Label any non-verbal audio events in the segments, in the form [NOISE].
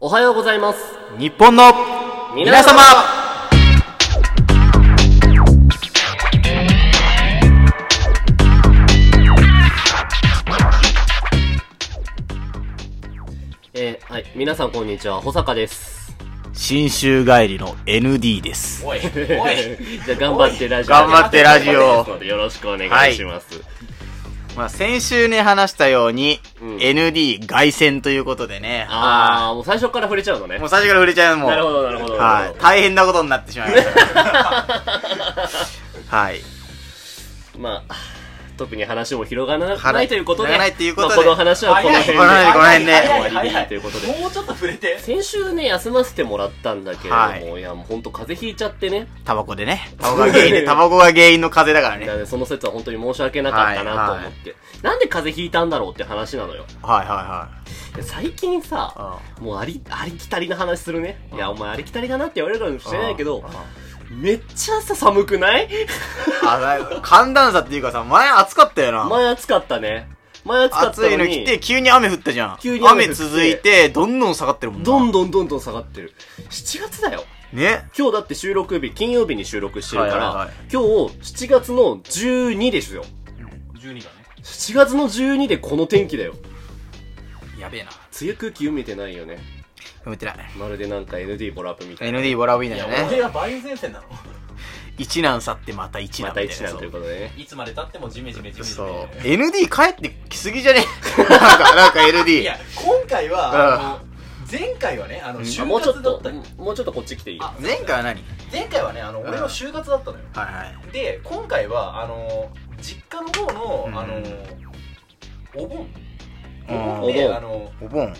おはようございます。日本の皆様えーはい、皆さんこんにちは、保坂です。新州帰りの ND です。おい、おい、 [LAUGHS] じゃあ、頑張ってラジオ。頑張ってラジオですのでよろしくお願いします。まあ、先週ね、話したように、うん ND 凱旋ということでね。あー、もう最初から触れちゃうのねも。う最初から触れちゃうもん。なるほど、なるほど。はい。大変なことになってしまいま [LAUGHS] した。はい。まあ、特に話も広がらはないいということで、広がらないということまであこの話はこの辺ごめんなで。さいごめんね早い終わりでい早いということでもうちょっと触れて。先週ね、休ませてもらったんだけれども、はいい、や、もうほんと風邪ひいちゃってね。タバコでね。タバコが原 [LAUGHS] 因で、タバコが原因の風邪だかだからね。らねその説は本当に申し訳なかったなと思って。なんで風邪ひいたんだろうって話なのよ。はいはい最近さ、はもうあり、ありきたりな話するね。いや、うんお前ありきたりだなって言われるかもい。しれないけうんどうん、めっちゃ朝寒くないあ、 [LAUGHS] だ寒暖差っていうかさ、前暑かったよな。前暑かったね。前暑かった暑いのの来に、て、急に雨降ったじゃん。急に雨降って続いて、どんどん下がってるもんな。どんどんどんどん下がってる。7月だよ。ね。今日だって収録日、金曜日に収録してるから、はいはいはい今日7月の12ですよ。 12だね。 7月の12でこの天気だよ。やべえな。梅雨空気埋めてないよね。埋めてない。まるでなんか ND ボラップみたいな。 ND ボラウィーいナや、よね俺。は梅雨前線なの。一難去ってまた一難まみたたい一な。難ということでね。いつまで経ってもジメジメジメジそう。メ。 ND 帰ってきすぎじゃね [LAUGHS] なんか、なんか ND。いや、今回は、あの前回はね、あの、あ就もうちょっ活だとったの、もうちょっとこっち来ていいあ前回は何前回はね、あの、俺の就活だったのよ。はいはい。で、今回は、あの、実家の方うんの、あの、お盆。うんお盆で、お盆あの、お盆。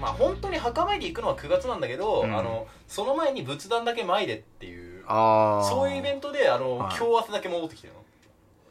まあ、本当に墓参り行くのは9月なんだけど、うんあの、その前に仏壇だけ参れっていう、あー。そういうイベントで、あのは、い今日明日だけ戻ってきてるの。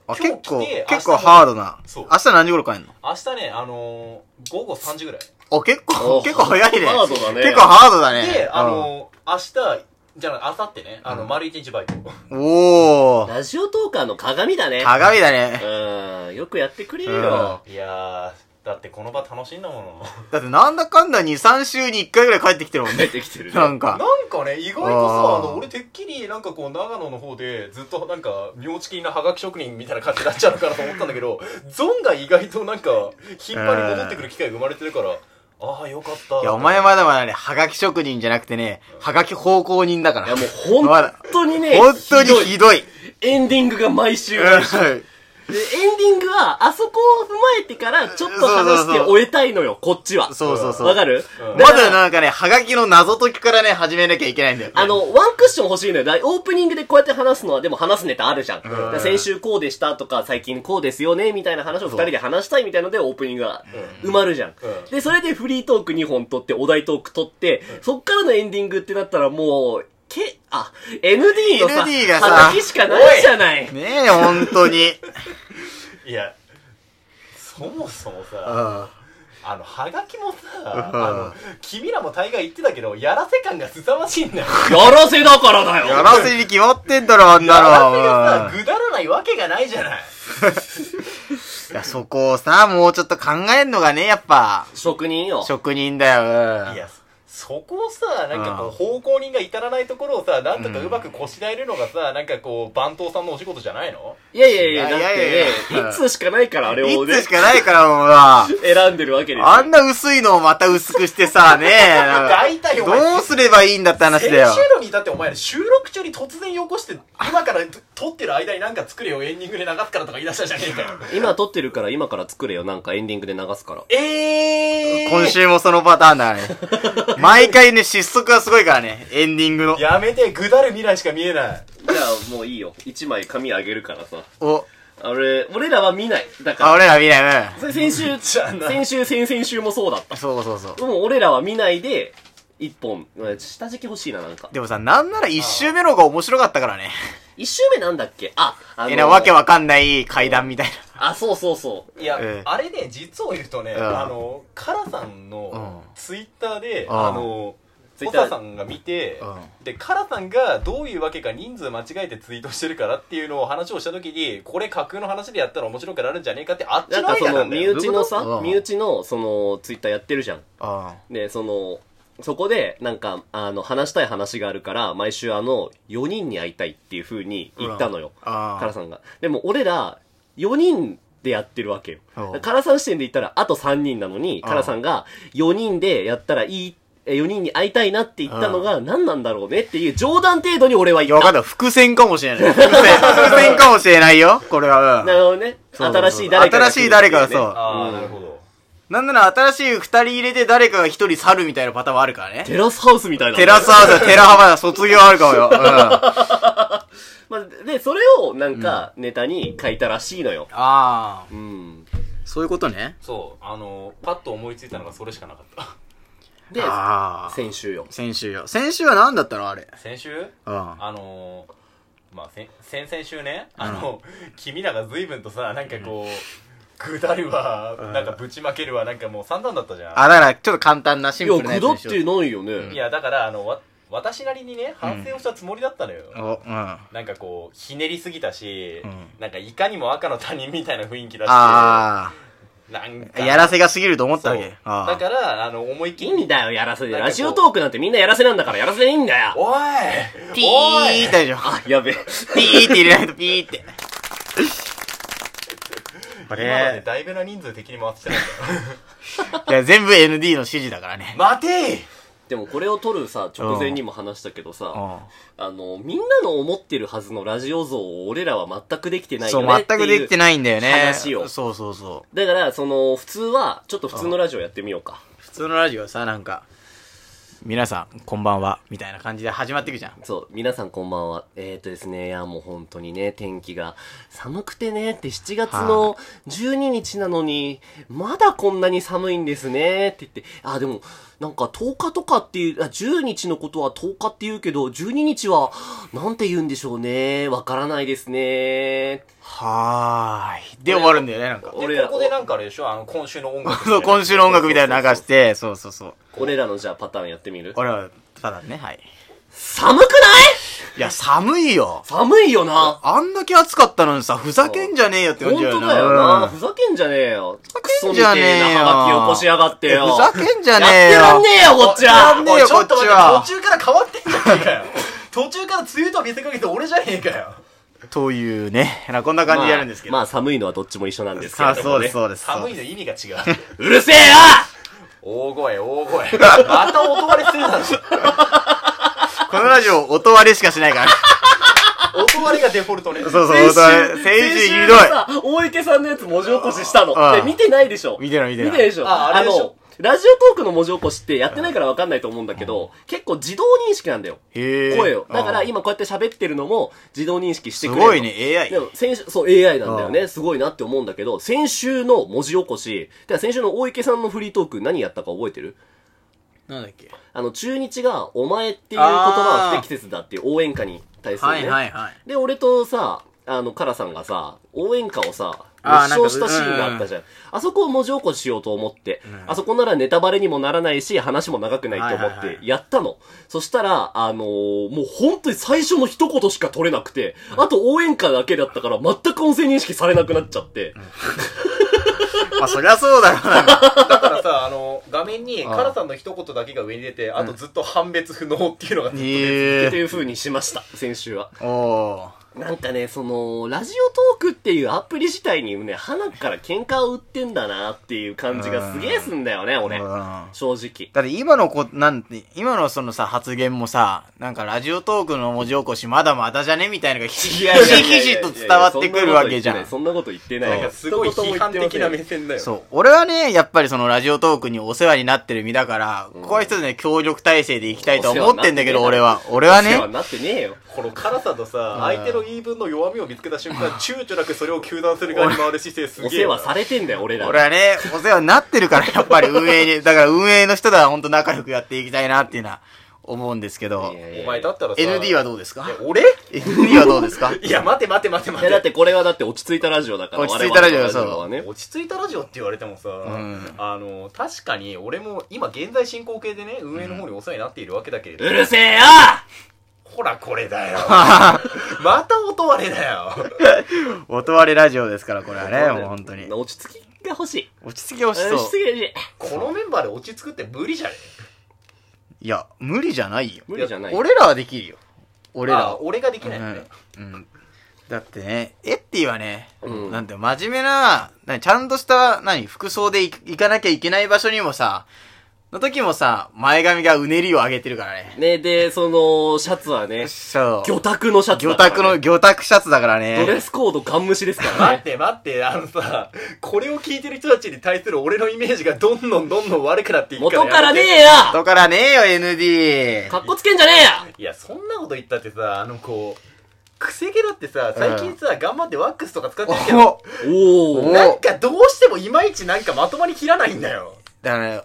あ、今結日来構て、結明構日ハードな。そう明日何時頃帰んの明日ね、あのー、午後3時ぐらい。あ、結お構、結構早いね。ハードだね結構ハードだね。で、あうんのー、明日、じゃあ、明後日ね、あの、うん丸一日バイト。おー。ラジオトーカーの鏡だね。鏡だね。うん、よくやってくれるよ。いやー、だってこの場楽しいんだもだってなんだかんだ2、3週に1回ぐらい帰ってきてるもん出 [LAUGHS] ね。てきてるね。なんの。か。 [LAUGHS] なんかね、意外とさ、あーあの、俺てっきり、なんかこう、長野の方で、ずっとなんか、妙地金なハガキ職人みたいな感じになっちゃうのかなと思ったんだけど、ゾンが意外となんか、頻繁に戻ってくる機会が生まれてるから、あー、よかった。いや、お前まだまだね、はがき職人じゃなくてね、はがき奉公人だかいらや、。もう本当にね、本当にひどいひどい。エンディングが毎週。でエンデうィングは、あそこを踏まえてから、ちょっと話して終えたいのよ、こっちは。んそうそうそう。わかるうんまだなんかね、はがきの謎解きからね、始めなきゃいけないんだよ。あ、の、ワンクッション欲しいのよ。だオープニングでこうやって話すのは、でも話すネタあるじゃん。だから先週こうでしたとか、最近こうですよね、みたいな話を二人で話したいみたいので、オープニングが埋まるじゃん。うんで、それでフリートーク2本取って、お題トーク取って、そっからのエンディングってなったらもう、け、あ、ND のさ、 ND がさ働きしかないじゃない。ねえ、本当に。いや、そもそもさ、う [LAUGHS] あの、はがきもさ、うんあの、君らも大概言ってたけど、やらせ感が凄ましいんだよ。やらせだからだよん。やらせに決まってんだろ、あんなやらせがのさ、。ぐだらないわけがないじゃない。いや、そこをさ、もうちょっと考えんのがね、やっぱ、職人よ。職人だよ。いうんや、そこをさ、なんかこうう、ん方向人が至らないところをさ、なんとかうまくこしらえるのがさ、なんかこう、番頭さんのお仕事じゃないのいやいやいや、いだやっいやいやてね、一通しかないから、あれをいねつし、かないから、もうな。選んでるわけですよ。あんな薄いのをまた薄くして [LAUGHS] さ、ねえ。なんか大体お前どうすればいいんだって話先だよ。週のにだってお前ら収録中に突然よこして、今から撮ってる間になんか作れよ、エンディングで流すからとか言い出したじゃねえかよ。今撮ってるから、今から作れよ、なんかエンディングで流すから。えー今週もそのパターン [LAUGHS] だからね。毎回ね、失速がすごいからね、エンディングの。やめて、ぐだる未来しか見えない。じゃあもういいよ。一枚紙あげるからさ。お、あれ、俺らは見ない。だあ、か俺ら見ない、ら、それ先週、じゃあな先週、先々週もそうだっうん。そうそうそう。た。もう俺らは見ないで、一本、うん下敷き欲しいな、なんか。でもさ、なんなら一周目の方が面白かったからね。一周目なんだっけあ、あえな、わけわかんない階段みたいあ、そうそうそう。いや、ええあれね、実を言うとね、うんあの、カラさんのうんツイッターで、うんあの、ツイッホターサさんが見て、うで、カラさんがどういうわけか人数間違えてツイートしてるからっていうのを話をした時に、これ架空の話でやったら面白くなるんじゃねえかって、あっちなんのアかイデそアなの、んだ身よ。内のどういうこさ、と身内の、その、ツイッターやってるじゃん。な。で、その、そこで、なんか、あの、話したい話があるから、毎週あの、4人に会いたいっていう風に言ったのよ。うんあカーラさんが。でも俺ら、4人でやってるわけよおう。カラさん視点で言ったら、あと3人なのに、あーカラさんが、4人でやったらいい、4人に会いたいなって言ったのが、何なんだろうねっていう冗談程度に俺は言よっ。かったた。伏線かもしれない。伏線。伏線かもしれないよ。これは。うんなるほどね。そうそうそ新うしい誰かが来るってうね。新しい誰かがそうあうあんなるほどなんなら新しい二人入れて誰かが一人去るみたいなパターンもあるからね。テラスハウスみ [LAUGHS] たいな。テラスハウス、テラハバだ、卒業あるかもよ。うん。 [LAUGHS] あまあ、で、それをなんかネタに書いたらしいのよ。あー。うん。そういうことね。そうあのパッと思いついたのがそれしかなかったで、ああ。先週よ。先週よ。先週は何だったのあれ。先週うん。あのー、まあ先先々週ねあの、君らが随分とさなんかこう、ぐだるわなんかぶちまけるわなんかもう散々だったじゃんあ、だから、ちょっと簡単なシいンや、プルなくやつだにっしようて。ないよいね。やだからあのわ私なりにね反省をしたつもりだったのよ、お、うん。なんかこうひねりすぎたし、うんなんかいかにも赤の他人みたいな雰囲気だしあなんかあ。やらせが過ぎると思ったわそうけ。だああ。からあの思いっいきいんりだよ、やらせで。なんかこうラジオトークなんてみんなやらせなんだから、やらせでいいんだよ。おいピおいーってでしょ。やべえ。ピーって入れないとピーって。こ今までれ、だいぶな人数的に回ってたん [LAUGHS] いだよや、全部 ND の指示だからね。待ていでもこれを撮るさ、直前にも話したけどうさ、ん。あの、みんなの思ってるはずのラジオ像を俺らは全くできてないそよう、ねっ全ていう。くできてないんだよね。話をそうそうそう。だから、その、普通は、ちょっと普通のラジオやってみようか。普通のラジオはさ、なんか、皆さん、こんばんは、みたいな感じで始まっていくじゃん。そう、皆さんこんばんは。えーとですね、いやもう本当にね、天気が寒くてね、って7月の12日なのに、まだこんなに寒いんですね、って言って、あ、でも、なんか10日とかっていう、あ、10日のことは10日って言うけど、12日は、なんて言うんでしょうね、わからないですね。はーい。で終わるんだよね、なんか。俺でらここでなんかあれでしょあの今週の音楽、そう、今週の音楽みたいなの流して、そうそうそう。俺らのじゃあパターンやってみる俺は、ただね、はい。寒くないいや、寒いよ。寒いよな。あんだけ暑かったのにさ、ふざけんじゃねえよって本感じ当だよな。うんふざけんじゃねえよ。ふけんじゃねえよなハガキ起こしやがってよ。ふざけんじゃねやっえてよ。らんねえよ、こっちはねえよおいちょっとこ待ってっちは途中から変わってんじゃねえ [LAUGHS] かよ途中から梅雨と見せかけて俺じゃねえかよというね、なこんな感じでやるんですけど。まあ、まあ寒いのはどっちも一緒なんですけされあ、どそもうでねす、。そうです。寒いの意味が違ううるせえよ [LAUGHS] 大声大 [LAUGHS] 声また音割れするだろこのラジオ、音割れしかしないから。音割れがデフォルトねそうそう、先音割週、れ。先週ひ先どいの。さ、大池さんのやつ文字起こししたの。うんで見てないでしょ見てない見てない見てないでしょああれでしょのラジオトークの文字起こしってやってないからわかんないと思うんだけど、結構自動認識なんだよ。へえ。声を。だからうん、今こうやって喋ってるのも自動認識してすくれるの。ごいね、AI。でも先週、そう、AI なんだよね。すごいなって思うんだけど、先週の文字起こし、では先週の大池さんのフリートーク何やったか覚えてるなんだっけあの、中日が、お前っていう言葉は不適切だっていう応援歌に対するね。はいはいはい。で、俺とさ、あの、カラさんがさ、応援歌をさ、あー熱唱したシーンがあったじゃん。あそこを文字起こししようと思って、んあそこならネタバレにもならないし、話も長くないと思はいっはいては、いやったの。そしたら、あのーもう本当に最初の一言しか取れなくて、あと応援歌だけだったから全く音声認識されなくなっちゃって、まあそりゃそうだろうな。だからさあの画面にああカラさんの一言だけが上に出てあとずっと判別不能っていうのがずっと出てってえいう風にしました、先週は。え。おー。なんかね、その、ラジオトークっていうアプリ自体にね、花から喧嘩を売ってんだなっていう感じがすげえすんだよね、うん俺。だ正直。って今のこ、なんて、今のそのさ、発言もさ、なんかラジオトークの文字起こしまだまだじゃねみたいなのがひしひしひしと伝わってくるわけじゃん。そんなこと言ってない。そうそんなこと言ってない。すごい批判的な目線だよそう。俺はね、やっぱりそのラジオトークにお世話になってる身だから、ここは一つね、協力体制でいきたいと思ってんだけど、お世俺話は。俺は世ね話、になってねえよ。この辛さとんさ相手の言い分の弱みを見つけた瞬間躊躇なくそれを糾弾する側に回る姿勢すおげえ世な話されてんだよ、俺ら。俺はね、お世話になってるから、やっぱり運営に、だから運営の人とは本当仲良くやっていきたいなっていうのは思うんですけどい、やいやお前だったらさ ND はどうですかいや俺 ?ND はどうですかいや待て待て待てい待や、だっててこれはだって落ち着いたラジオだから。落ち着いたラジオ我々のはね。落ち着いたラジオって言われてもさ、んあの確かに俺も今現在進行形でね運営の方にお世話になっているわけだけれど、うるせえよほらこれだよまた音割れだよ音割れラジオですから、これはね、もう本当に。落ち着きが欲しい。落ち着き欲し落ち着そきが欲しい。このメンバーで落ち着くって無理じゃねいや、無理じゃないよ。無理じゃない俺らはできるよ。俺らまあは。俺ができないよね。うんうんだってね、エッティはね、うんなんて真面目な、なにちゃんとした、なに服装でい行かなきゃいけない場所にもさ、の時もさ、前髪がうねりを上げてるからね。ね、で、その、シャツはね、そう。魚拓のシャツ魚だからね、拓の、魚拓シャツだからドね。レスコードガン無視ですから待っね。て待って、あのさ、これを聞いてる人たちに対する俺のイメージがどんどんどんどん悪くなっていくから。元からねやめてえやだからねえよ、ND。かっこつけんじゃねえやいや、そんなこと言ったってさ、あのこう、くせ毛だってさ、最近さ、頑張ってワックスとか使ってる [LAUGHS] けど、おおおー。なんかどうしてもいまいちなんかまとまり切らないんだよ。だからね、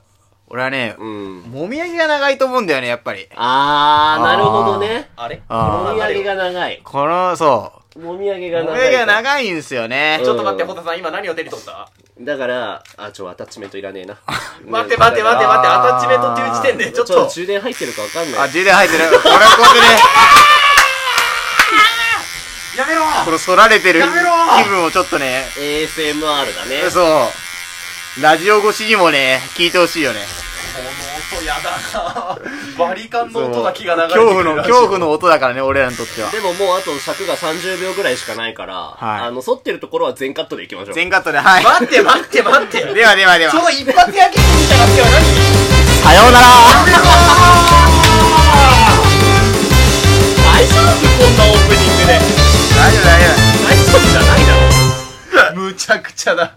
俺はね、うん。もみあげが長いと思うんだよね、やっぱり。あー、なるほどね。あれあーもみあげが。が長い。この、そもみあげう。がも長みい。あげが長いんですよね。ちょっと待って、ホタさん、今何を手に取っただから、あ、ちょ、アタッチメントいらねえな。待って待って待って待って、あアータッチメントっていう時点で、ちちょょっっとと、充電入ってるかわかんなあ、い。充電入ってる。これはここでね、やめろこの反られてるやめろ気分をちょっとね、 ASMR だね。そう。ラジオ越しにもね、聞いてほしいよね。この音やだなバリカンの音だけが流れてく恐る怖の、ラジオ恐怖の音だからね、俺らにとっては。でももうあと尺が30秒ぐらいしかないから、はいあの、反ってるところは全カットでいきましょう。全カットで、はい。待って待って待ってではではではそ。の一発屋芸人みたいなってはさようなら何大丈夫こんなオープニングで大丈夫大丈夫。大丈夫じゃないだろむちゃくちゃだ